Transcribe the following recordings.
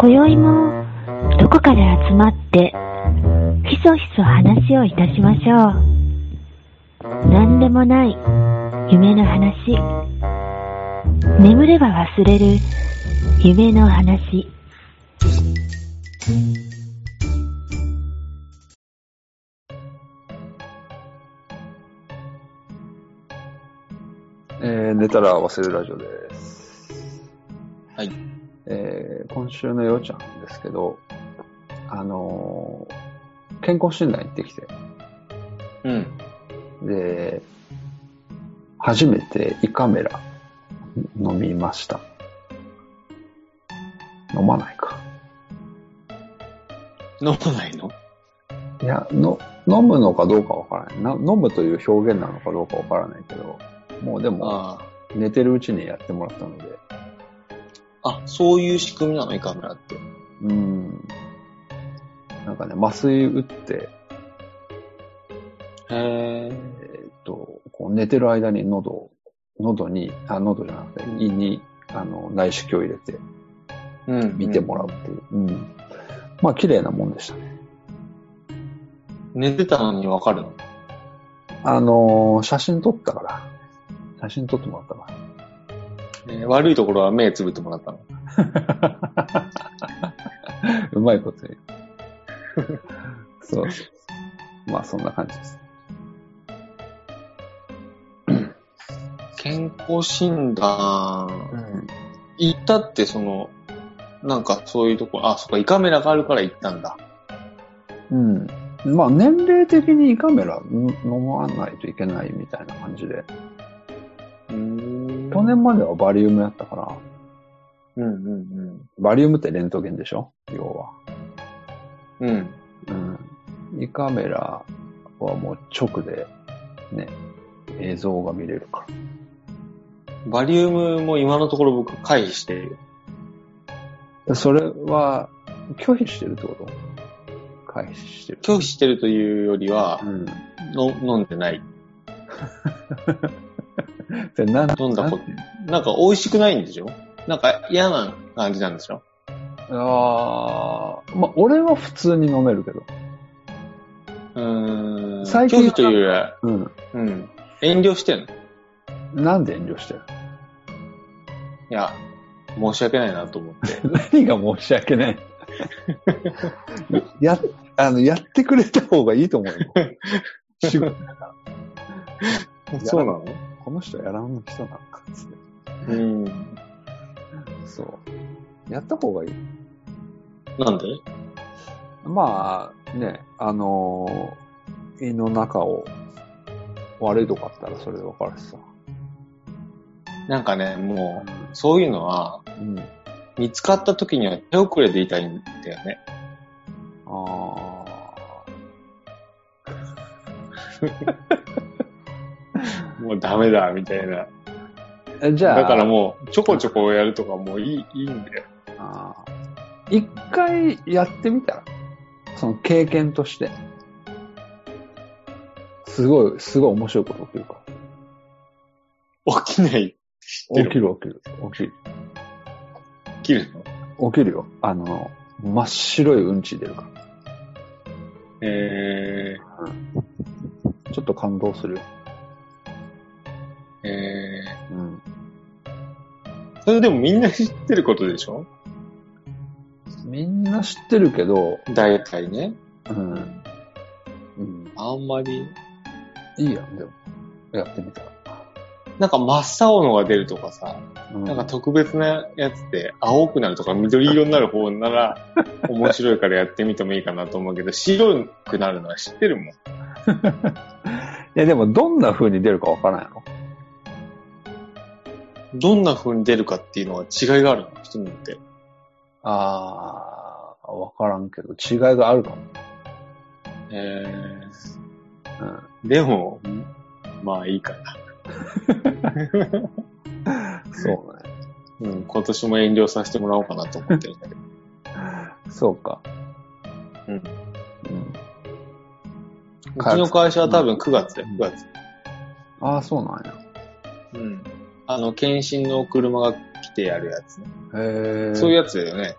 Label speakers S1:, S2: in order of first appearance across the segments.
S1: 今宵もどこかで集まってひそひそ話をいたしましょう何でもない夢の話眠れば忘れる夢の話
S2: えー寝たら忘れるラジオです。
S3: はい。
S2: えー今週のようちゃんですけど、あのー健康診断行ってきて、
S3: うん。
S2: で、初めて胃カメラ飲みました。飲まないか。
S3: 飲まないの
S2: いや、の、飲むのかどうかわからないな。飲むという表現なのかどうかわからないけど、もうでも、
S3: あ
S2: 寝てるうちにやってもらったので、
S3: あ。あ、そういう仕組みなの、胃カメラって。
S2: うん。なんかね、麻酔打って、
S3: へ
S2: えーっと、こう寝てる間に喉、喉に、あ、喉じゃなくて、胃に、あの、内視鏡を入れて
S3: え。うん。
S2: 見てもらうっていう。うん。まあ、綺麗なもんでしたね。
S3: 寝てたのにわかるの
S2: あのー写真撮ったから。写真撮ってもらったか
S3: えー悪いところは目つぶってもらったの。
S2: ら。うまいこと言 う。そうそうそう。まあ、そんな感じです。
S3: 健康診断、
S2: ん。
S3: 行ったってその、なんかそういうとこ、あ、そっか、胃カメラがあるから行ったんだ。
S2: うん。まあ、年齢的に胃カメラん飲まないといけないみたいな感じで。
S3: うーん
S2: 去年まではバリウムやったから、
S3: うんうん
S2: バリウムってレントゲンでしょ要は。
S3: うん。うん。
S2: うん。胃カメラはもう直で、ね、映像が見れるか
S3: バリウムも今のところ僕回避してる。
S2: ら。それは、拒否してるってこと回避してる。
S3: 拒否してるというよりは、
S2: うん。
S3: の飲んでない。
S2: で、なん
S3: 飲んだことなんか美味しくないんでしょなんか嫌な感じなんでしょ
S2: ああ、まあ、俺は普通に飲めるけど。
S3: うーん。
S2: 最近
S3: 拒否というよりは、
S2: うん。
S3: うん。遠慮してんのい
S2: なんで遠慮してる
S3: や、申し訳ないなと思って。
S2: 何が申し訳ない。 や、あの、やってくれた方がいいと思うよ。 仕事や
S3: そうなの
S2: この人やらん人なんかっつって。
S3: うん。
S2: そう。やった方がいい。
S3: なんで
S2: まあ、ね、あのー胃の中を悪いとこあったらそれで分かるしさ。
S3: なんかね、もう、そういうのは、
S2: うん。
S3: 見つかった時には手遅れでいたいんだよね。
S2: あ
S3: もうダメだ、みたいな。
S2: ーえじゃあ、
S3: だからもう、ちょこちょこやるとかもういい、いいんだよ。
S2: あー一回やってみたらその経験として。すごい、すごい面白いこと起きるか
S3: 起きない、
S2: ら。
S3: 起
S2: 起きる
S3: き
S2: 起きる。起きる。
S3: 起きるの。
S2: 起きるよ。あの、真っ白いうんち出るから。
S3: え
S2: ちょっと感動するよ。
S3: ー、え
S2: うん。
S3: ー、それでもみんな知ってることでしょ
S2: みんな知ってるけど、
S3: 大体ね。
S2: うん。うん、
S3: あんまり、
S2: いいやん、でも。やってみたら。
S3: なんか真っ青のが出るとかさ、
S2: うん
S3: なんか特別なやつって青くなるとか緑色になる方な ら面白いからやってみてもいいかなと思うけど、白くなるのは知ってるもん。
S2: いや、でも、どんな風に出るかわからんやろ。
S3: どんな風に出るかっていうのは違いがあるの、人によって。
S2: あー、わからんけど、違いがあるかも。
S3: え
S2: うん。
S3: ー、でも、まあいいかな。
S2: そうね。
S3: うん、今年も遠慮させてもらおうかなと思ってるん だけど。
S2: そうか。
S3: うん
S2: うん。
S3: うちの会社は多分9月だよ、9月。
S2: あー、そうなん
S3: うん。あの、検診の車が来てやるやつね。
S2: や。へー。
S3: そうい
S2: う
S3: うやつだよね。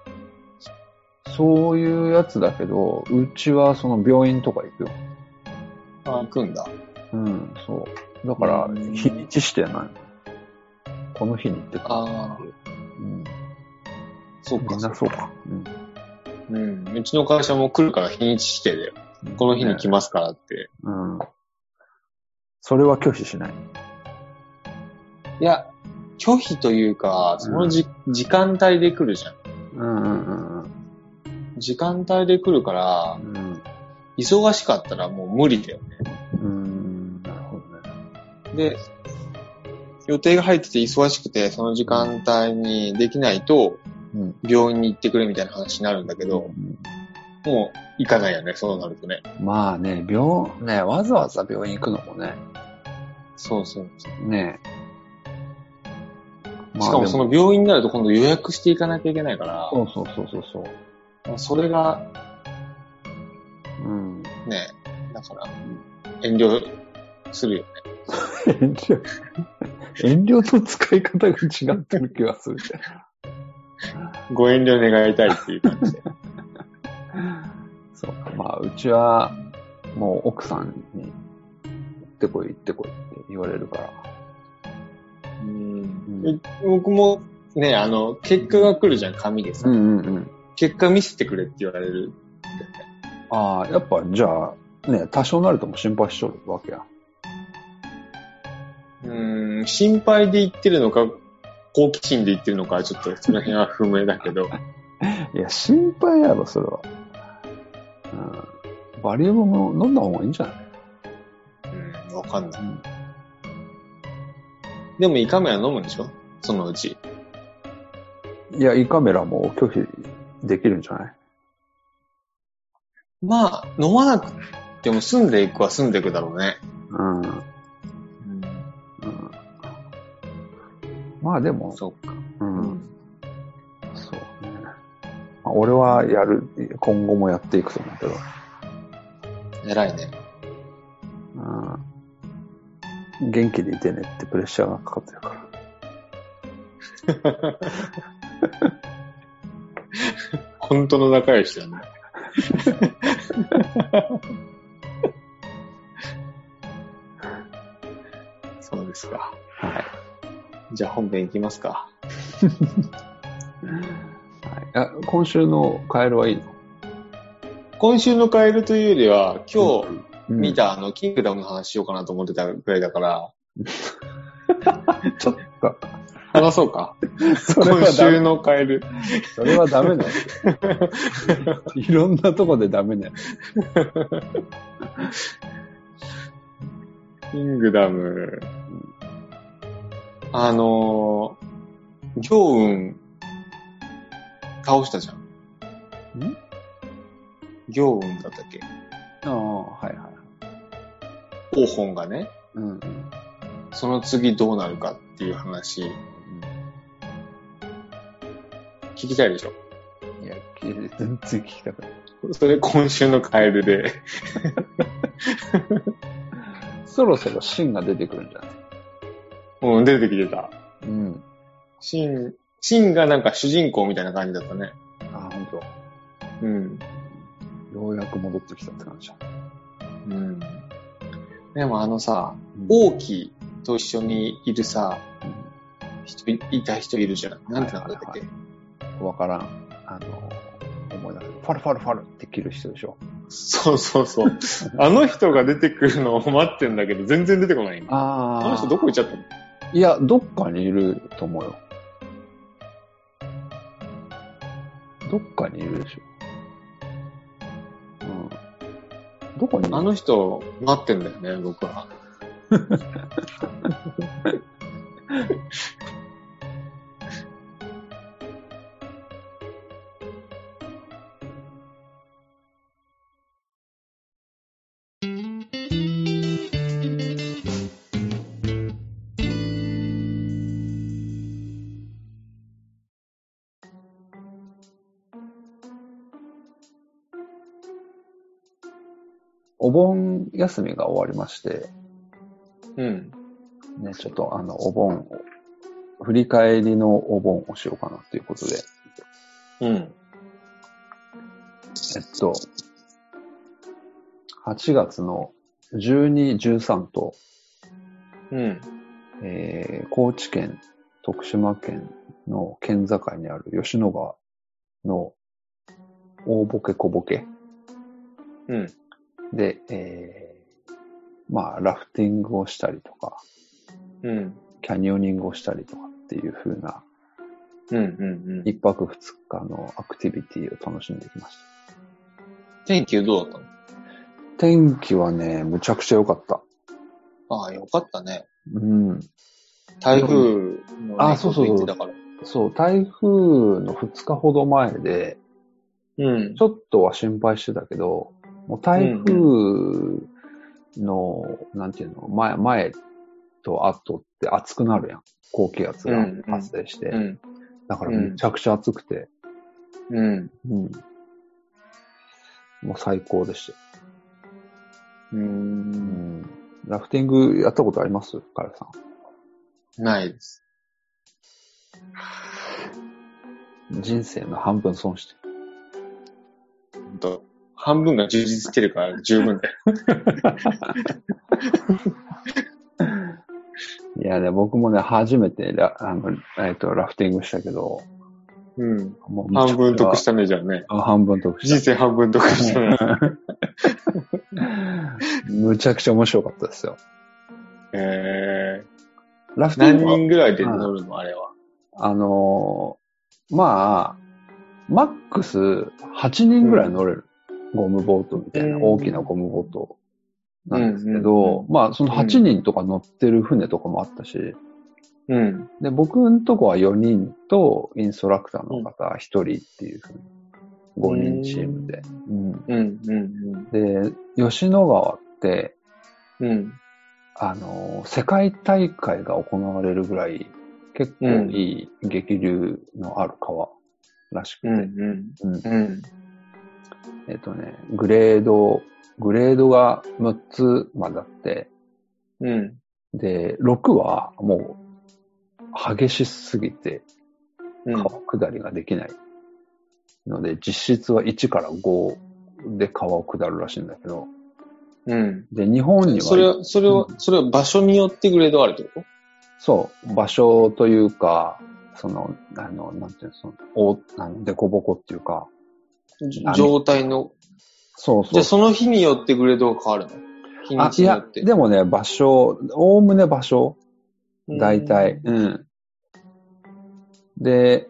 S2: そういうやつだけど、うちはその病院とか行くよ。
S3: あ行くんだ。
S2: うん、そう。だから、
S3: うん
S2: 日にち指定ない。この日に行ってた。
S3: ああ、
S2: うん、
S3: そう
S2: み
S3: か
S2: ん
S3: そ
S2: な
S3: うか。
S2: そうか。うん、
S3: うん。うちの会社も来るから日にち指定だよ。この日に来
S2: ね
S3: ますからって。
S2: うん。それは拒否しない。
S3: いや、拒否というか、そのじ、時間帯で来るじゃん。
S2: うんうんうんうん
S3: 時間帯で来るから、
S2: うん。
S3: 忙しかったらもう無理だよね。
S2: うん。なるほどね。
S3: で、予定が入ってて忙しくて、その時間帯にできないと、
S2: うん。
S3: 病院に行ってくれみたいな話になるんだけど、もう行かないよね、そうなるとね。
S2: うんまあね、病、ね、わざわざ病院行くのもね、
S3: そうそう。
S2: ねえ。
S3: しかもそ
S2: の、
S3: の病院になると今度予約していかなきゃいけないか
S2: そうそうそうそうそう。
S3: ら、それが
S2: うん。
S3: ね、だから、遠慮するよね。
S2: 遠慮、遠慮の使い方が違ってる気がする。
S3: ご遠慮願いたいっていう感じで。
S2: そうか、まあ、うちは、もう奥さんに、行ってこい、行ってこいって言われるから。
S3: うん
S2: うん
S3: え僕もね、あの、結果が来るじゃん、紙でさ。
S2: んうんうん。
S3: 結果見せてくれって言われる。
S2: ああ、やっぱ、じゃあ、ね、多少なるとも心配しとるわけや。
S3: うん、心配で言ってるのか、好奇心で言ってるのか、ちょっとその辺は不明だ けど。
S2: いや、心配やろ、それは。うん。バリウムも飲んだ方がいいんじゃない
S3: うん、わかんない。でも胃カメラ飲むんでしょそのうち。
S2: いや、胃カメラも拒否できるんじゃない
S3: まあ、飲まなくても済んでいくは済んでいくだろうね。
S2: うん。うん。まあでも、
S3: そっか。
S2: うん。そうね。まあ、俺はやる、今後もやっていくと思うけど。
S3: 偉いね。
S2: うん。元気でいてねってプレッシャーがかかってるから。
S3: 本当の仲良しだね。そうですか。
S2: はい。
S3: じゃあ本編いきますか。
S2: はい、あ今週のカエルはいいの
S3: 今週のカエルというよりは、今日、
S2: うん
S3: 見たあの、キングダムの話しようかなと思ってたぐらいだから、
S2: ちょっと、
S3: 話そうか。
S2: それは
S3: 今
S2: ダ
S3: 週
S2: メ。
S3: のカエル。
S2: それはダメだよ。 いろんなとこでダメだよ。
S3: キングダム。あのー、行雲、倒したじゃん。
S2: ん
S3: 行雲だったっけ
S2: ああ、はいはい。
S3: 王本がね、
S2: うんうん。
S3: その次どうなるかっていう話、聞きたいでしょ
S2: いや、全然聞きたくない。
S3: それ今週のカエルで。
S2: そろそろ芯が出てくるんじゃない
S3: うん、出てきてた。
S2: うん。
S3: シン、シンがなんか主人公みたいな感じだったね。
S2: あ、本当。
S3: うん。
S2: ようやく戻ってきたって感じだ。
S3: うん。でもあのさ、
S2: お
S3: 王毅と一緒にいるさ、人いいた人いるじゃん。なんて名前だっけ、
S2: わからん。あの、思い出す。ファルファルファルって切る人でしょ。
S3: そうそうそう。 あの人が出てくるのを待ってんだけど、全然出てこない。
S2: あ
S3: あの人どこ行っちゃったの
S2: いや、どっかにいると思うよ。どっかにいるでしょ。うん。どこにいる
S3: あの人待ってんだよね、僕は。
S2: お盆休みが終わりまして、
S3: うん。
S2: ね、ちょっとあの、お盆を、振り返りのお盆をしようかなということで、
S3: うん。
S2: えっと、8月の12、13と、
S3: うん。
S2: えー高知県、徳島県の県境にある吉野川の大ボケ小ボケ
S3: うん。
S2: で、えーまあ、ラフティングをしたりとか、
S3: うん。
S2: キャニオニングをしたりとかっていう風な
S3: うん。うん。うん。
S2: 一泊二日のアクティビティを楽しんできました。
S3: 天気どうだっ
S2: 天気はね、むちゃくちゃ良かった。
S3: たのああ、よかったね。
S2: うん。
S3: 台風の、ね、
S2: あそうそうそう
S3: 天気だから。
S2: そう、台風の2日ほど前で、
S3: うん
S2: ち。ょっとは心配してたけど、もう台風の、なんていうの、前、前と後って暑くなるやん。高気圧が発生して。
S3: うん。
S2: だからめちゃくちゃ暑くて、
S3: うん。
S2: うん。もう最高でしたよ。
S3: うん
S2: うん。ラフティングやったことありますカレさん。
S3: ないです。
S2: 人生の半分損してる。
S3: ほんと半分が充実してるから十分だよ。
S2: いやね、僕もね、初めてラ、あの、えっ、と、ラフティングしたけど、
S3: うん。
S2: もう。
S3: 半分得したたね、じゃあね。
S2: あ半分得した
S3: 人。生半分得したね。
S2: むちゃくちゃ面白かったですよ。
S3: え
S2: ラフ
S3: ー、
S2: ティン
S3: 何
S2: グは、
S3: 人ぐらいで乗るのあれは。
S2: あのーまあ、マックス8人ぐらい乗れる。ゴムボートみたいな、
S3: うん
S2: 大きなゴムボートなんですけど、まあ、その8人とか乗ってる船とかもあったし、
S3: うん。
S2: で、僕んとこは4人とインストラクターの方1人っていうふうに、5人チームで。うん
S3: うん。うん。
S2: で、吉野川って、
S3: うん。
S2: あの、世界大会が行われるぐらい、結構いい激流のある川らしくて、
S3: うん。うん。
S2: うん
S3: うん。
S2: えっ、とね、グレード、グレードが6つまであって、
S3: うん。
S2: で、6はもう激しすぎて
S3: うん。
S2: 川下りができない。ので、実質は1から5で川を下るらしいんだけど、
S3: うん。
S2: で、日本には、
S3: それは、それは
S2: う、
S3: それは場所によってグレードあるってこ
S2: そう、場所というか、その、あの、なんていうの、その、お、あの、凸凹っていうか、
S3: と状態の。
S2: そうそう。
S3: じゃあその日によってグレードが変わるの日に
S2: あ、
S3: ち
S2: い
S3: によ
S2: や
S3: っ、て。
S2: でもね、場所、おおむね場所、大体、
S3: うん。
S2: うん。で、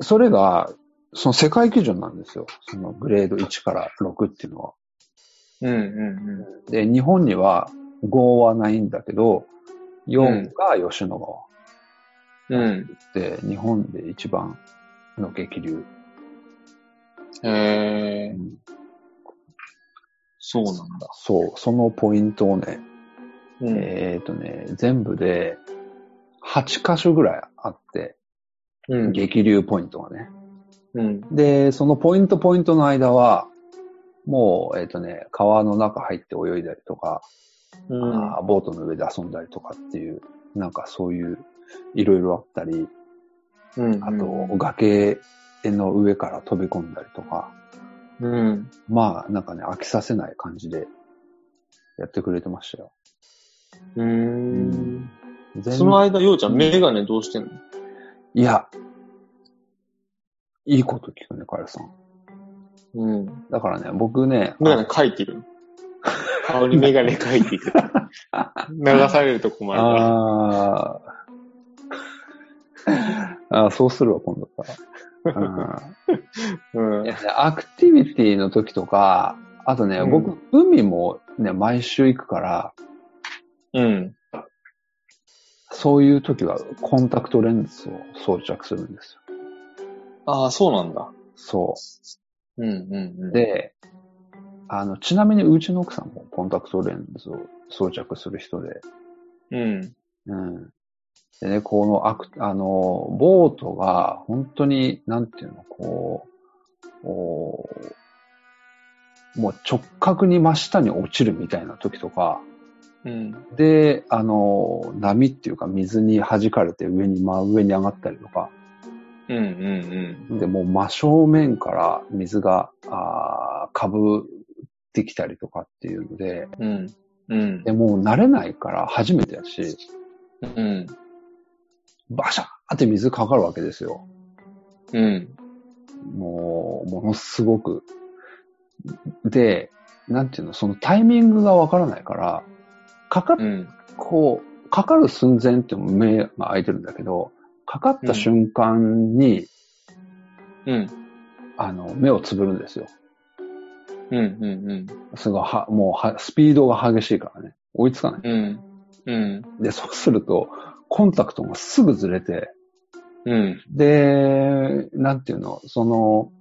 S2: それが、その世界基準なんですよ。そのグレード1から6っていうのは。
S3: うんうん
S2: で、日本には5はないんだけど、
S3: うん
S2: 4が吉野川。
S3: うん。うん。
S2: で、日本で一番の激流。う
S3: へえ、
S2: ん
S3: そうなんだ。
S2: そう、そのポイントをね、
S3: うん
S2: えっ、とね、全部で8箇所ぐらいあって、
S3: うん。
S2: 激流ポイントがね。
S3: うん。
S2: で、そのポイントポイントの間は、もう、えっ、とね、川の中入って泳いだりとか、
S3: うん
S2: あーボートの上で遊んだりとかっていう、なんかそういう、いろいろあったり、
S3: うん。
S2: あと、崖の上から飛び込んだりとか、
S3: うん。
S2: まあ、なんかね、飽きさせない感じで、やってくれてましたよ。
S3: う
S2: うん
S3: ん。その間、ようちゃん、メガネどうしてんの
S2: いや、いいこと聞くね、カエルさん。
S3: うん。
S2: だからね、僕ね、
S3: メガネ描いてるの顔にメガネ描 いていく。流されると困るから。
S2: あー あー、そうするわ、今度から。
S3: う
S2: うん
S3: ん
S2: いやねアクティビティの時とか、あとね、
S3: うん
S2: 僕、海もね、毎週行くから、
S3: うん。
S2: そういう時はコンタクトレンズを装着するんですよ。
S3: ああ、そうなんだ。
S2: そ
S3: うんうん
S2: う。
S3: うん。、
S2: で、あの、ちなみにうちの奥さんもコンタクトレンズを装着する人で、
S3: うん。
S2: うん。でね、このアク、あの、ボートが、本当に、なんていうの、こう、おーもう直角に真下に落ちるみたいな時とか、
S3: うん。
S2: で、あの、波っていうか水に弾かれて上に、真上に上がったりとか、
S3: うん。うんうん
S2: で、もう真正面から水が、あーかぶってきたりとかっていうので、
S3: うん。うん。うん。
S2: で、もう慣れないから初めてだし、
S3: うん。
S2: バシャーって水かかるわけですよ。
S3: うん。
S2: もう、ものすごく。で、なんていうの、そのタイミングがわからないから、かかっ
S3: うん。
S2: こう、かかる寸前ってもう目が開いてるんだけど、かかった瞬間に、
S3: うん。
S2: あの、目をつぶるんですよ。
S3: うん。うん。
S2: すごい、は、もうは、スピードが激しいからね。追いつかない。
S3: うん。うん。
S2: で、そうすると、コンタクトがすぐずれて、
S3: うん。
S2: で、なんていうの、その、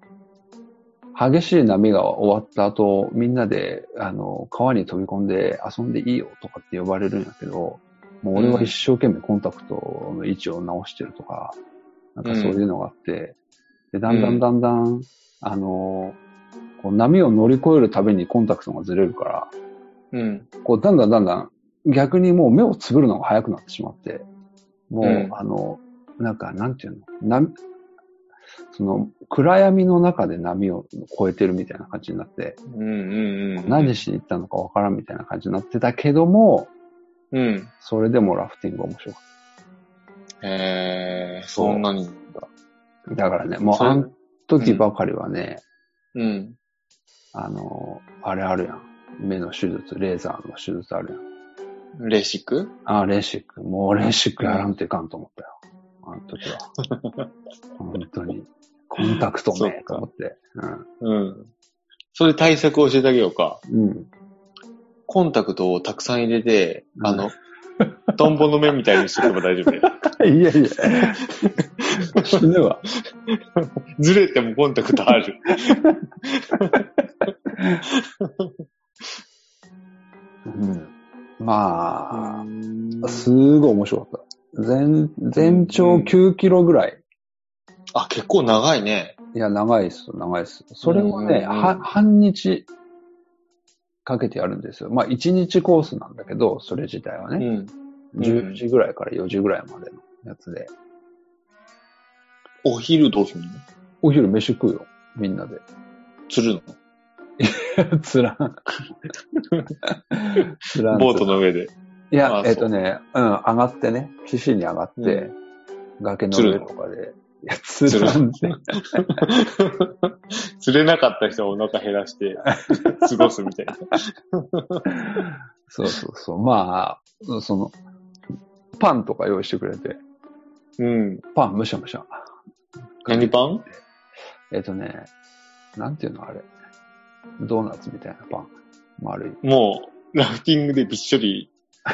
S2: 激しい波が終わった後、みんなで、あの、川に飛び込んで遊んでいいよとかって呼ばれるんやけど、もう俺は一生懸命コンタクトの位置を直してるとか、なんかそういうのがあって、で、だんだんだんだん、あの、こう波を乗り越えるたびにコンタクトがずれるから、
S3: うん。
S2: こう、だんだんだんだん、逆にもう目をつぶるのが早くなってしまって、もう、
S3: うん
S2: あの、なんか、なんていうの、な、その、暗闇の中で波を越えてるみたいな感じになって、
S3: うん。うん。
S2: 何しに行ったのかわからんみたいな感じになってたけども、
S3: うん。
S2: それでもラフティングは面白かっ
S3: えー、そんなに。
S2: た。だからね、もう、
S3: それ
S2: あの時ばかりはね、
S3: うん。
S2: あの、あれあるやん。目の手術、レーザーの手術あるやん。
S3: レシック
S2: あー、レーシック。もうレーシックやらんといかんと思ったよ。あの時は。本当に。コンタクト
S3: そっ
S2: ね、と
S3: か
S2: 思って。
S3: うん。それ対策を教えてあげようか。
S2: うん。うん。
S3: コンタクトをたくさん入れて、
S2: うん
S3: あの、トンボの目みたいにしとけば大丈 夫だよ。
S2: いやいや。死ぬわ。
S3: ずれてもコンタクトある。
S2: うん。まあ、す
S3: あ、
S2: ごい面白かった。全、全長9キロぐらい。
S3: 結構長いね。
S2: いや、長いっすよ、長いっす。それを
S3: うん
S2: ね、は、半日かけてやるんですよ。まあ、1日コースなんだけど、それ自体は
S3: う
S2: ね。
S3: ん。ん
S2: 10時ぐらいから4時ぐらいまでのやつで。
S3: お昼どうすんの
S2: お昼飯食うよ、みんなで。
S3: 釣る
S2: つらん。つら
S3: の
S2: ん。
S3: ボート の上で。
S2: い
S3: あ
S2: や
S3: あ、
S2: えっとね、うん、上がってね、岸に上がって、
S3: う
S2: 崖の上とかで、いや、つらんって、
S3: 釣れなかった人はお腹減らして過ごすみたいな。
S2: そうそうそう、まあ、その、パンとか用意してくれて、
S3: うん。
S2: パンむしゃむしゃ。
S3: 何パン
S2: えっとね、なんていうのあれ、ドーナツみたいなパン、丸い。
S3: もう、ラフティングでびっしょり、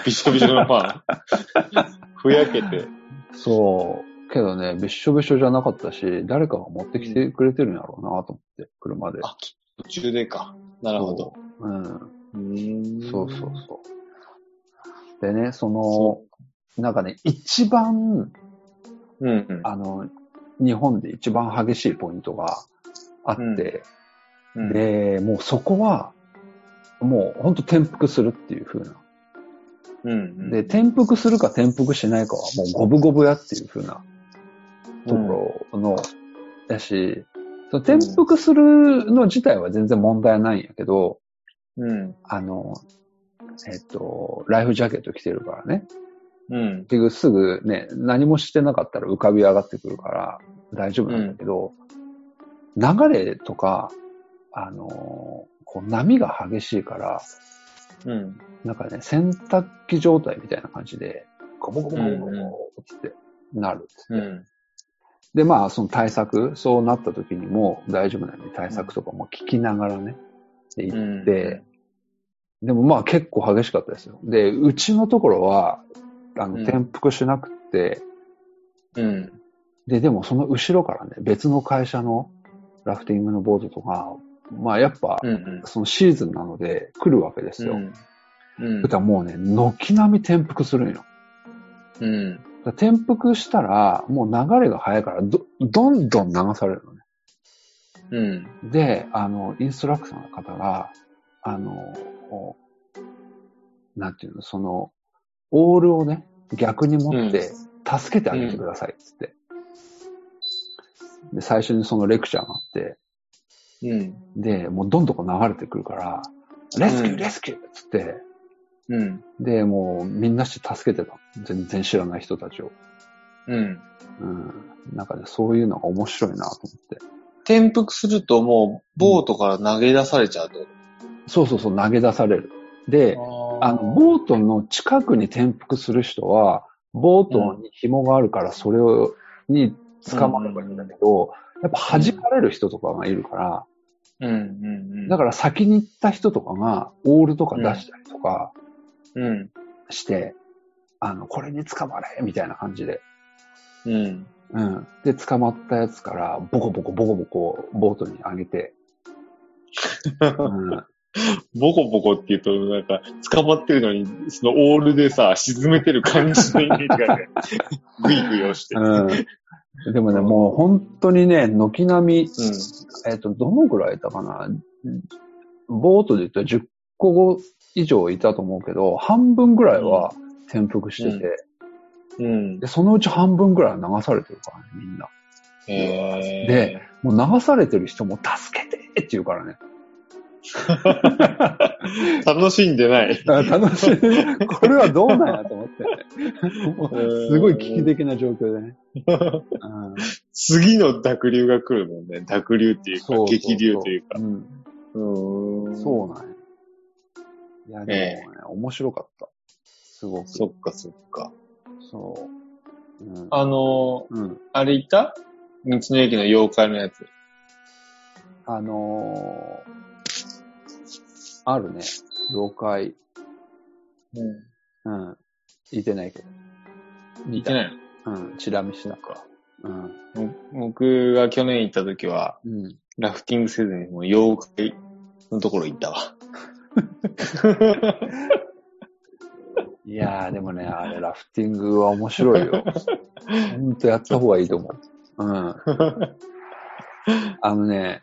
S3: びっしょびしょのパン。ふやけて。
S2: そう、けどね、びっしょびしょじゃなかったし、誰かが持ってきてくれてるんやろうなと思って、車で。
S3: あ途中でか。なるほど。
S2: そう。うん。
S3: そ
S2: そうそうそう。でね、その、なんかね、一番、
S3: うん。うん。
S2: あの、日本で一番激しいポイントがあって、
S3: うん、
S2: で、もうそこは、もうほんと転覆するっていう風な。
S3: うん。
S2: で、転覆するか転覆しないかはもう五分五分やっていう風なところの、だし、その転覆するの自体は全然問題ないんやけど、
S3: うん。
S2: あの、えっと、ライフジャケット着てるからね。
S3: うん。
S2: 結局すぐね、何もしてなかったら浮かび上がってくるから大丈夫なんだけど、流れとか、あのーこう波が激しいから、
S3: うん。
S2: なんかね、洗濯機状態みたいな感じで、ゴボゴボゴボゴボつってなるっつって
S3: うん。
S2: で、まあ、その対策、そうなった時にも大丈夫なように対策とかも聞きながらね、で行
S3: うん。
S2: で、でもまあ結構激しかったですよ。で、うちのところは、あ
S3: う
S2: の、
S3: ん
S2: 転覆しなくて、
S3: うん。
S2: で、でもその後ろからね、別の会社のラフティングのボートとか、まあやっぱ、
S3: うん。うん。
S2: そのシーズンなので来るわけですよ。だ
S3: うん。
S2: からもうね、軒並み転覆するんよ。
S3: うん。
S2: だから転覆したら、もう流れが速いからど、どんどん流されるのね。
S3: うん。
S2: で、あの、インストラクターの方が、あの、こうなんていうの、その、オールをね、逆に持って、助けてあげてください、つって。で、最初にそのレクチャーがあって、
S3: うん。
S2: で、もうどんどんこう流れてくるから、レスキュ
S3: う
S2: ー、
S3: ん
S2: レスキューっつって、
S3: うん。
S2: で、もうみんなして助けてた。全然知らない人たちを。
S3: うん。
S2: うん。なんかね、そういうのが面白いなと思って。
S3: 転覆するともう、ボートから投げ出されちゃうと。
S2: そうそうそう、投げ出される。で、あの、ボートの近くに転覆する人は、ボートに紐があるから、それを、に捕まればいいんだけど、やっぱ弾かれる人とかがいるから、
S3: うんうんうん。
S2: だから先に行った人とかが、オールとか出したりとか
S3: うん。
S2: して、あの、これに捕まれみたいな感じで。
S3: うん。
S2: うん。で、捕まったやつから、ボコボコボコボコ、ボートに上げて、うん、
S3: ボコボコって言うと、なんか、捕まってるのに、そのオールでさ、沈めてる感じのイメージが ね、グイグイ押して。
S2: うん。でもね、もう本当にね、軒並み、えっ、と、どのぐらいいたかな。ボートで言ったら10個以上いたと思うけど、半分ぐらいは転覆してて、
S3: うん。うん。
S2: で、そのうち半分ぐらいは流されてるからね、みんな。
S3: へー
S2: で、もう流されてる人も助けてって言うからね。
S3: 楽しんでない。
S2: あ楽しい。 これはどうなんやと思って、もうすごい危機的な状況で ね。うん
S3: 次の濁流が来るもんね。濁流っていうか
S2: そ、うそうそう
S3: 激流というか。
S2: ん
S3: うーん
S2: そうなんや。いや、でもね、面白かった。すごく。
S3: そっかそっか。
S2: そう。うん。
S3: あのー、
S2: うん、
S3: あれいた道の駅の妖怪のやつ。
S2: あのー、あるね。妖怪。
S3: うん。
S2: うん。いてないけど。
S3: 行ってない
S2: うん。チラ見し
S3: の
S2: た。
S3: か。
S2: うん。
S3: ぼ僕が去年行った時は、
S2: うん。
S3: ラフティングせずにもう妖怪のところ行った わ。
S2: いやー、でもね、あれ、ラフティングは面白い よ。ほんとやった方がいいと思う。うん。あのね、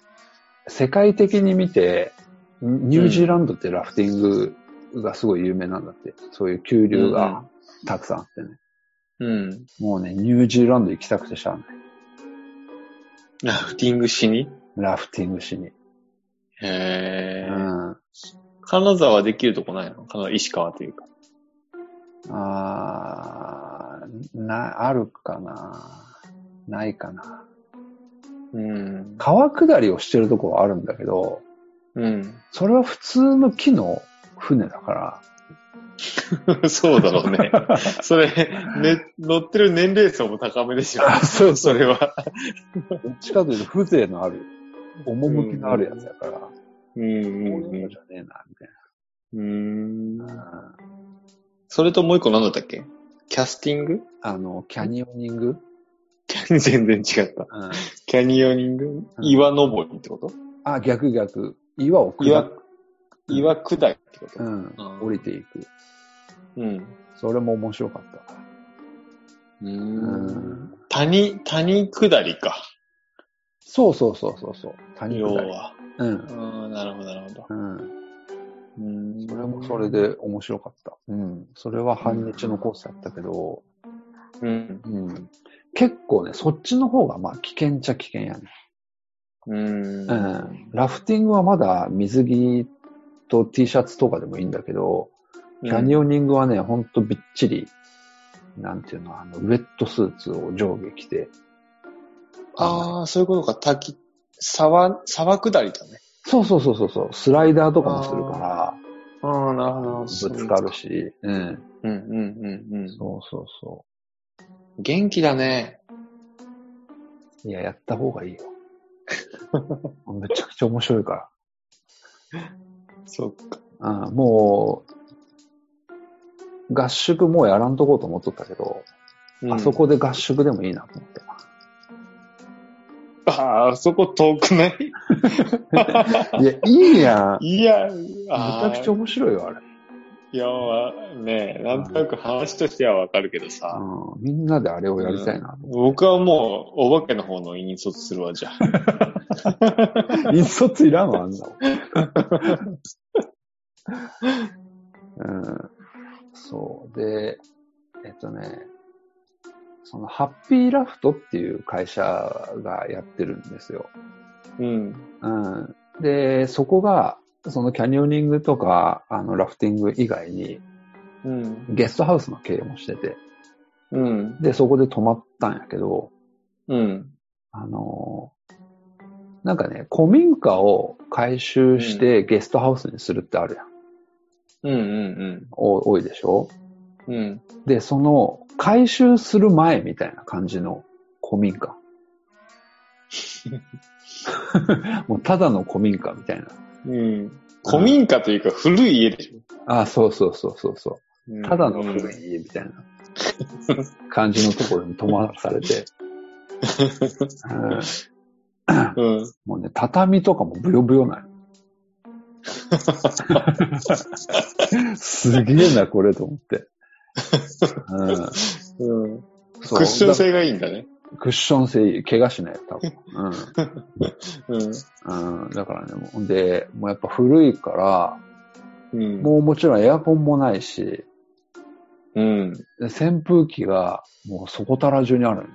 S2: 世界的に見て、ニュージーランドってラフティングがすごい有名なんだって。そういう急流がたくさんあってね。
S3: うん。
S2: もうね、ニュージーランド行きたくてしゃあない。
S3: ラフティングしに
S2: ラフティングしに。う
S3: へえ。
S2: ん。
S3: 金沢できるとこないの金沢、石川というか。
S2: あー、な、あるかなないかな。
S3: うん。
S2: 川下りをしてるとこはあるんだけど、
S3: うん。
S2: それは普通の木の船だから、
S3: そうだろう ね。それ、ね、乗ってる年齢層も高めでしょ。そう、それは。
S2: どっちかというと風情のある、趣のあるやつやから、こ
S3: うん
S2: ういう
S3: う
S2: の
S3: ん
S2: じゃねえな、みたい
S3: うん。うーん。
S2: な。
S3: それともう一個何だったっけキャスティング
S2: あの、キャニオニング、
S3: 全然違った。キャニオニング
S2: うん
S3: 岩登りってこと
S2: あ、逆逆。岩を下
S3: 岩
S2: る。、うん
S3: 岩下りってこ
S2: う
S3: と
S2: ん。降りていく。
S3: うん。
S2: それも面白かった。
S3: う
S2: うん。
S3: 谷、谷下りか。
S2: そうそうそうそうそう。谷
S3: 要
S2: 下り。
S3: は。
S2: うん。
S3: うん、なるほど、なるほど。
S2: うん。
S3: うん
S2: それもそれ。で面白かった。うん。それは半日のコースだったけど、
S3: うん。
S2: うん。結構ね、そっちの方がまあ危険っちゃ危険やね。
S3: うん。
S2: う。ん。ラフティングはまだ水着と T シャツとかでもいいんだけど、キャニオニングはね、ほんとびっちり、なんていうの、あの、ウェットスーツを上下着て。あ。
S3: ああ、そういうことか。滝、沢、沢下りだね。
S2: そうそうそうそうそう、スライダーとかもするか
S3: ああ、なるほ
S2: ら、ぶつかる。し、うん。
S3: うんうんうんうん。
S2: そうそうそ
S3: 元気だね。
S2: う。いや、やった方がいいよ。 めちゃくちゃ面白いか
S3: そっか。
S2: ら。うん、もう、合宿もうやらんとこうと思っとったけど、あそ。こで合宿でもいいなと思って。
S3: ああ、あそこ遠くない
S2: いや、いいやん。め
S3: いや、
S2: ちゃくちゃ面白い よ、あれ。
S3: いや、まあねなんとなく話としてはわかるけどさ。
S2: うん、みんなであれをやりたいなと思って。
S3: 僕はもう、お化けの方の引率するわ、じゃあ。
S2: 引率いらんわ、あんなも ん。うん。そう。で、えっとね、そのハッピーラフトっていう会社がやってるんですよ。
S3: うん。
S2: うん、で、そこが、そのキャニオニングとか、あの、ラフティング以外に、
S3: うん。
S2: ゲストハウスの経営もしてて、
S3: うん。
S2: で、そこで泊まったんやけど、
S3: うん。
S2: あのーなんかね、古民家を改修してゲストハウスにするってあるやん。
S3: うん。うん。
S2: お多いでしょ
S3: うん。
S2: で、その、改修する前みたいな感じの古民 家。もうただの古民家みたいな。
S3: うん。古民家というか古い家でしょ。
S2: あ、そうそうそうそうそう。
S3: うん
S2: ただの古い家みたいな感じのところに泊まらされ て、うん
S3: うん。うん
S2: もうね、畳とかもブヨブヨなの。すげえな、これと思って。うん
S3: うん。
S2: そう
S3: クッション性がいいんだね。
S2: だクッション性いい、怪我しないよ、多分。
S3: う
S2: う
S3: ん。
S2: ん。うん、だからね、もうで、もうやっぱ古いから、
S3: うん。
S2: もうもちろんエアコンもないし、
S3: うん。
S2: で扇風機がもうそこたら中にあ るのよ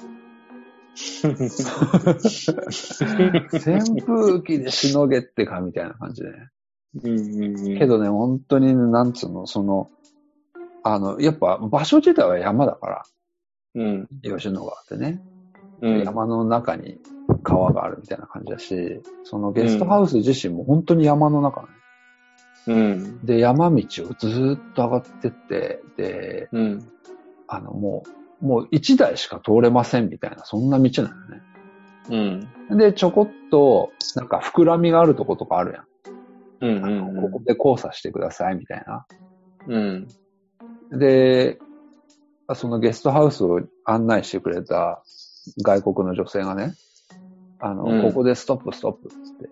S2: 扇風機でしのげってか、みたいな感じでね。
S3: うん。
S2: け、どね、本当にね、なんつうの、その、あの、やっぱ場所自体は山だから、
S3: うん。
S2: 吉野川ってね、
S3: うん。
S2: 山の中に川があるみたいな感じだし、そのゲストハウス自身も本当に山の中ね。
S3: うん。
S2: で、山道をずーっと上がってって、で、
S3: うん。
S2: あの、もう、もう一台しか通れませんみたいな、そんな道なのね。
S3: うん。
S2: で、ちょこっと、なんか膨らみがあるとことかあるやん。
S3: うん。
S2: あのここで交差してくださいみたいな。
S3: うん。
S2: で、そのゲストハウスを案内してくれた外国の女性がね、あの、
S3: うん
S2: ここでストップストップっつって、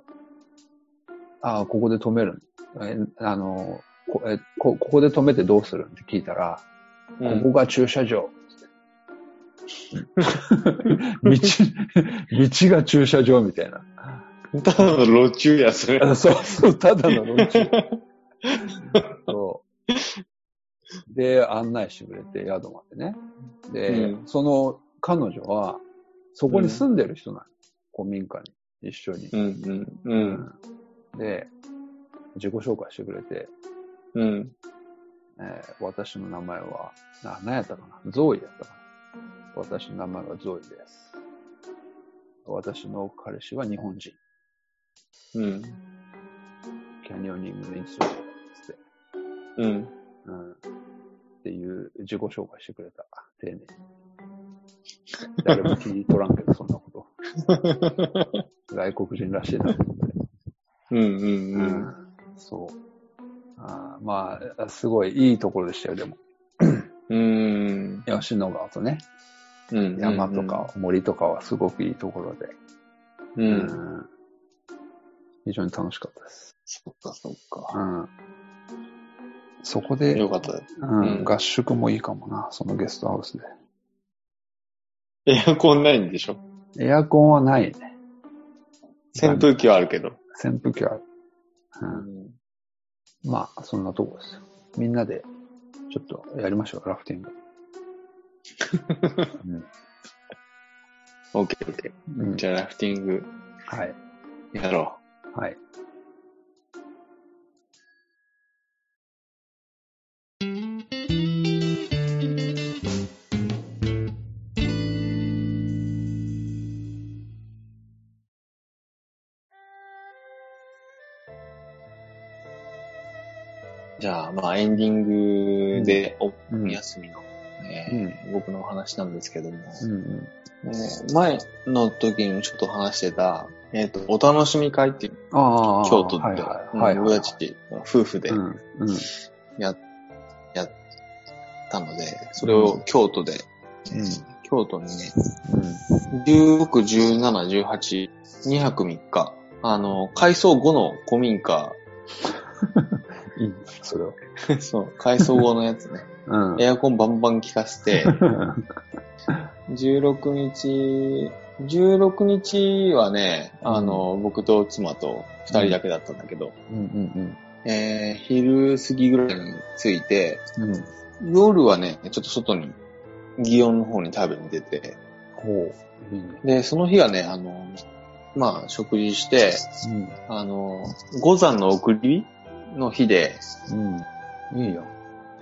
S2: ああ、ここで止めるのえあのこえこ、ここで止めてどうするんって聞いたら、
S3: う
S2: ここ
S3: ん。
S2: が駐車 場。道、 道が駐車場みたいな。
S3: ただの路中や、それ。
S2: あそうそう、ただの論 中。そう。で、案内してくれて、宿までね。で、
S3: うん
S2: その彼女は、そこに住んでる人なの。古民家に、一緒に。
S3: うん。うん。
S2: で、自己紹介してくれて、
S3: うん。
S2: えー私の名前は、な、何やったかなゾーイやったかな私の名前はゾーイです。私の彼氏は日本人。
S3: うん。
S2: キャニオニングのインストラクターですって。
S3: うん。
S2: うんっていう自己紹介してくれた。丁寧に。誰も聞いとらんけど、そんな こと。外国人らしいなと思って。
S3: うん。うん。
S2: そう。あーまあ、すごいいいところでしたよ、でも。
S3: うん。
S2: 吉野川とね、
S3: うん。
S2: 山と。か森とかはすごくいいところで。
S3: う。
S2: うん非常に楽しかったです。
S3: そっか、そっ
S2: う
S3: か。
S2: ん、そこで、
S3: よかった。
S2: うん
S3: うん
S2: 合宿もいいかもな、そのゲストハウスで。
S3: エアコンないんでしょ
S2: エアコンはないね。
S3: 扇風機はあるけど。
S2: 扇風機はある。
S3: う
S2: うん
S3: ん。
S2: まあ、そんなとこですよ。みんなで、ちょっとやりましょう、ラフティング。
S3: オッケーオッケー。
S2: うん、
S3: じゃあ、ラフティング
S2: はい。
S3: やろう。
S2: はい。
S3: じゃあ、まあ、エンディングで、お
S2: うん。うん
S3: 盆休みの、えー僕のお話なんですけども、
S2: うん
S3: えー前の時にもちょっと話してた、えっ、と、お楽しみ会っていう、
S2: ああ。
S3: 京都で、
S2: はいはい
S3: うん
S2: はいはい。
S3: 僕たち夫婦で
S2: うん。うん。
S3: や、やったので、それを京都で、
S2: うん
S3: 京都にね、
S2: うん。
S3: 16、17、18、2泊3日、あの、改装後の古民家、
S2: いいんですそれは。
S3: そう、改装後のやつね、
S2: うん。
S3: エアコンバンバン効かせ て、
S2: う
S3: 16日、16日はね、あの、僕と妻と二人だけだったんだけど、
S2: んうん
S3: えー、昼過ぎぐらいに着いて、
S2: うん。うん。
S3: 夜はね、ちょっと外に祇園の方に食べに出て、
S2: ほう。いいね。
S3: で、その日はね、あの、まあ、食事して、
S2: うん。
S3: あの、五山の送り火の日で、
S2: うん。いいよ。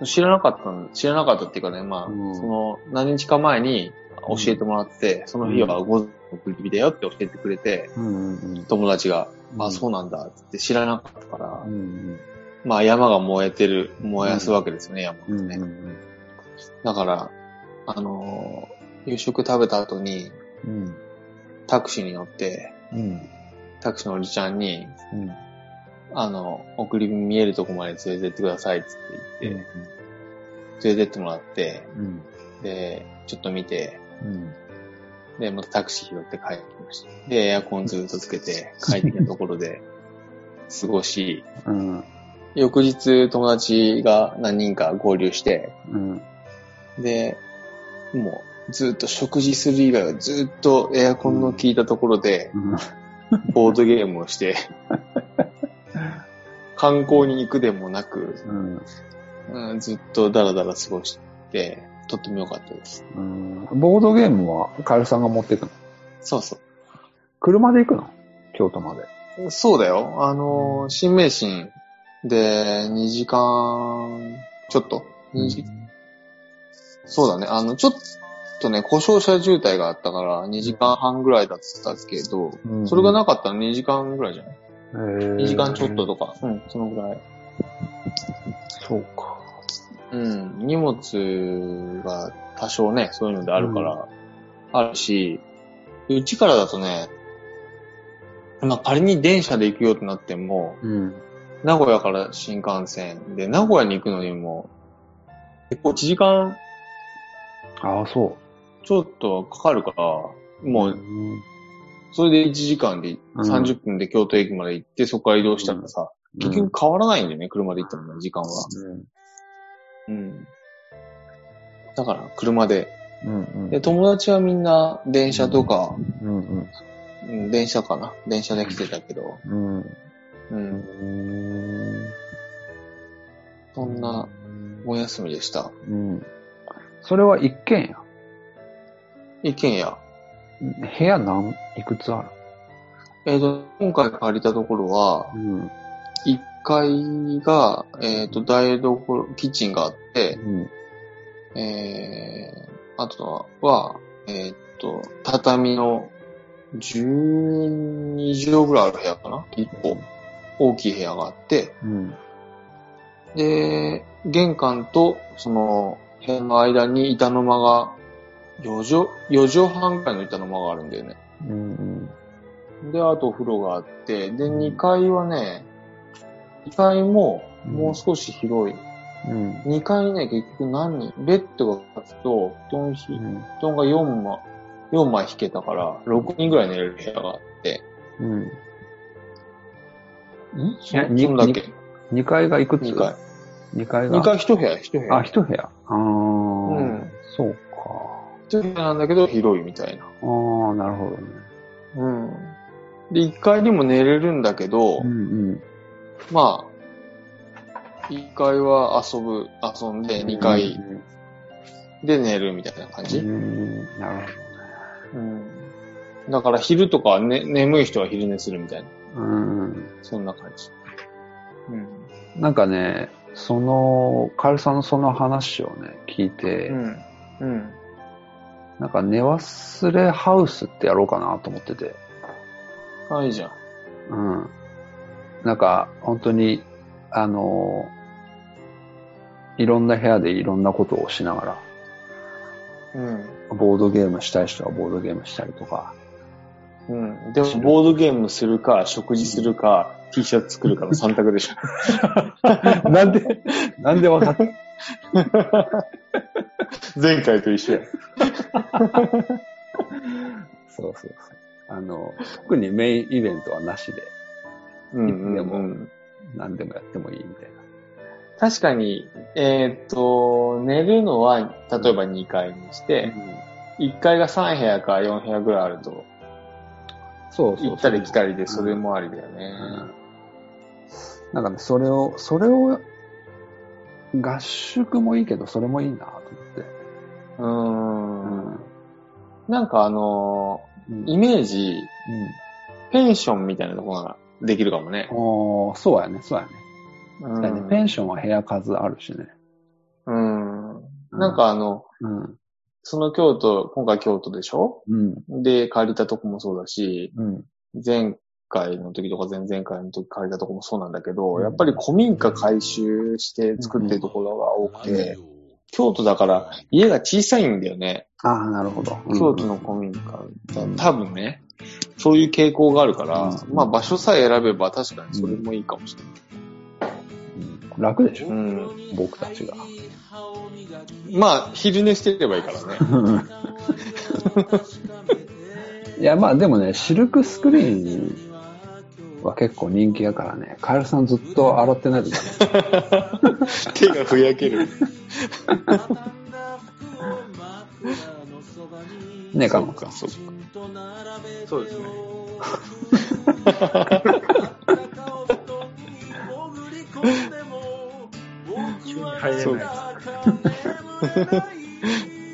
S3: 知らなかったん、知らなかったっていうかね、まあ、
S2: うん
S3: その、何日か前に教えてもらって、その日は五山の送り火だよって教えてくれて、
S2: うんうんうん。
S3: 友達が、あ、そううなんだって知らなかったから、
S2: んうん
S3: まあ山が燃えてる、燃やすわけですよね、山が
S2: う
S3: ね。
S2: ん。うんうん
S3: だから、あのー夕食食べた後に
S2: うん。
S3: タクシーに乗って、
S2: うん。
S3: タクシーのおじちゃんに、
S2: うん。
S3: あの、送り火見えるとこまで連れてってくださいって言って、連れてってもらって、
S2: うん。
S3: で、ちょっと見て、
S2: うん。
S3: で、またタクシー拾って帰ってきました。で、エアコンずっとつけて、帰ってきたところで、過ごし、
S2: うん。
S3: 翌日友達が何人か合流して、
S2: うん。
S3: で、もう、ずっと食事する以外はずっとエアコンの効いたところで、ボードゲームをして、観光に行くでもなく、
S2: うん。
S3: うんずっとダラダラ過ごして、とっても良かったです。
S2: うん。ボードゲームはカエルさんが持っていくの
S3: そうそ
S2: 車で行くの京都まで。
S3: う。そうだよ。あのー、新名神で2時間ちょっと、二時そうだね。あの、ちょっとね、故障車渋滞があったから2時間半ぐらいだったけど、
S2: うん
S3: それがなかったら2時間ぐらいじゃない
S2: え
S3: ?2 時間ちょっととか。うん、そのぐらい。
S2: そうか。
S3: うん、荷物が多少ね、そういうのであるから、あるし、うちからだとね、まあ仮に電車で行くよってなっても、
S2: うん。
S3: 名古屋から新幹線で、名古屋に行くのにも、結構1時間
S2: ああ、そ
S3: ちょっとかかるから、
S2: う。
S3: も
S2: う
S3: う、
S2: ん、
S3: それで1時間で
S2: うん
S3: 30分で京都駅まで行って、そこから移動したらさ、結
S2: うん
S3: 局変わらないんだよね、車で行ったもね、時間は。うん。だから、車で
S2: うんうん。
S3: で、友達はみんな電車とか、
S2: うんうん。
S3: うん、電車かな電車で来てたけど、
S2: うん。
S3: うん、そんな、お休みでした。
S2: うん。それは一軒や。
S3: 一軒家。
S2: 部屋何、いくつある
S3: えっ、と、今回借りたところは、
S2: うん。
S3: 1階が、えっ、と、台所、キッチンがあって、
S2: うん。
S3: えー、あとは、えっ、と、畳の12畳ぐらいある部屋かな一個。大きい部屋があって、
S2: うん。
S3: で、玄関とその部屋の間に板の間が4畳、4畳半ぐらいの板の間があるんだよね。
S2: うん。
S3: で、あとお風呂があって、で、2階はね、2階ももう少し広い。
S2: うん。
S3: 2階ね、結局何人ベッドが2つと、布団ひ
S2: う
S3: 布
S2: ん。
S3: 団が4枚、4枚引けたから、6人ぐらい寝れる部屋があって。
S2: うん。
S3: んそ
S2: いや
S3: そんだけ。
S2: 二階がいくつ
S3: 2階。。
S2: 二階が。
S3: 2階1部屋、1部
S2: あ、
S3: 屋。。
S2: 一部屋。ああ。うんそうか。
S3: 1部屋なんだけど広いみたいな。
S2: ああ、なるほどね。
S3: うん。で、1階にも寝れるんだけど、
S2: んうん。
S3: まあ、1階は遊ぶ、遊んで、2階
S2: うん
S3: で寝るみたいな感じ。
S2: うん。なる
S3: うん。だから昼とかはね、眠い人は昼寝するみたいな、
S2: ほど。うん。
S3: そんな感じ。うん。
S2: なんかね、その、カエルさんのその話をね、聞いて、
S3: うん。うん。
S2: なんか寝忘れハウスってやろうかなと思ってて、
S3: あ、いいじゃん。
S2: うん。なんか、本当に、あの、いろんな部屋でいろんなことをしなが
S3: うん。
S2: ら、ボードゲームしたい人はボードゲームしたりとか、
S3: うん。でも、ボードゲームするか、食事するか、T シャツ作るかの3択で しょ。
S2: なんで、なんでわかった
S3: 前回と一緒や。
S2: そうそうそう。あの、特にメインイベントはなしで、
S3: う
S2: で
S3: んで
S2: も
S3: も、
S2: 何でもやってもいいみたい
S3: 確かに、えーっと、寝るのは、例えば2階にして、
S2: な。
S3: 1階が3部屋か4部屋ぐらいあると、
S2: そうそうそう。
S3: 行ったり来たりで、それもありだよね。
S2: なんかね、それを、それを、合宿もいいけど、それもいいなと思って。う
S3: うーん。
S2: ん。うん。
S3: なんかあのーイメージ、ペンションみたいなところができるかもね。
S2: ああ、そうやね、そうやね。
S3: う
S2: 確かにね
S3: ん。
S2: ペンションは部屋数あるしね。
S3: うん。なん、かあの、
S2: うん。
S3: その京都、今回京都でしょ
S2: うん。
S3: で、借りたとこもそうだし、
S2: うん。
S3: 前回の時とか前々回の時借りたとこもそうなんだけ
S2: う
S3: ど、
S2: ん
S3: やっぱり古民家改修して作ってるところが多くて、京都だから家が小さいんだよね。
S2: ああ、なるほど。うん
S3: 京都の古民家。
S2: うん
S3: 多分ね、そういう傾向があるから、
S2: うん
S3: まあ場所さえ選べば確かにそれもいいかもしれない。
S2: うん楽でしょ、
S3: うん
S2: 僕たちが。
S3: まあ、昼寝してればいいからね。
S2: いや、まあでもね、シルクスクリーンは結構人気だからね、カエルさんずっと洗ってないとダメ
S3: 手がふやけ る。
S2: ねえ、カモン
S3: か、そうか。
S4: そうですね。急に入れない。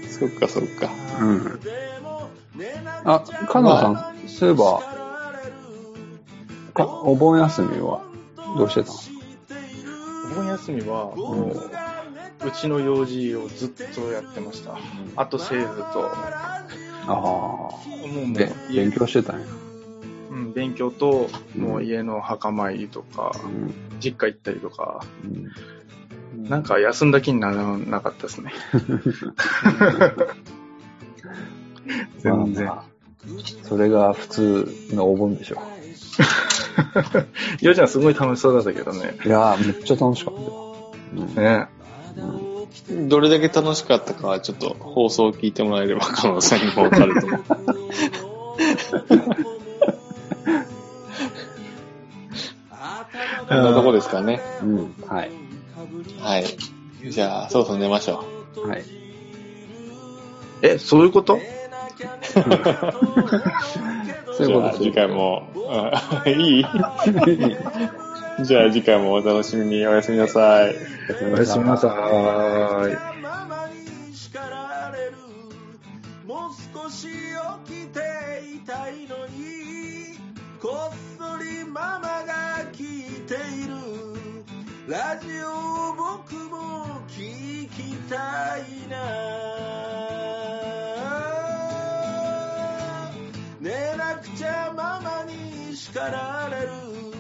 S3: そうか、そうか。
S2: うん。あ、カノンさん、そういえば、かお盆休みはどうしてた
S4: お盆休みは、もう、うちの用事をずっとやってました。あと、セールと、
S2: のあ
S4: もう
S2: あ。
S4: も
S2: で
S4: う、、家
S2: 勉強してたんや。
S4: うん、勉強と、
S2: うん
S4: もう家の墓参りとか、
S2: うん。
S4: 実家行ったりとか、
S2: うん
S4: なんか休んだ気にならなかったですね。 全然
S2: ま。あまあそれが普通のお盆でしょ。
S4: ようちゃんすごい楽しそうだったけどね。
S2: いやー、めっちゃ楽しかったよ。うん
S4: ね。
S2: うん
S3: どれだけ楽しかったかは、ちょっと放送を聞いてもらえれば、カノンさんにもわかる と思う。こんなとこですかね。
S2: うん、はい。
S3: はい。じゃあ、そろそろ寝ましょ。
S2: はい。
S4: え、そういうこと
S2: そうういう
S3: じ
S2: こ
S3: ゃ
S2: と
S3: あ、次回も、あい いじゃあ、次回もお楽しみに。おやすみなさい。
S2: お
S4: おやすみなさーい。
S5: ママに叱られるもう少し起きていたいのにこっそりママが聞いているラジオを僕も聞きたいな寝なくちゃママに叱られる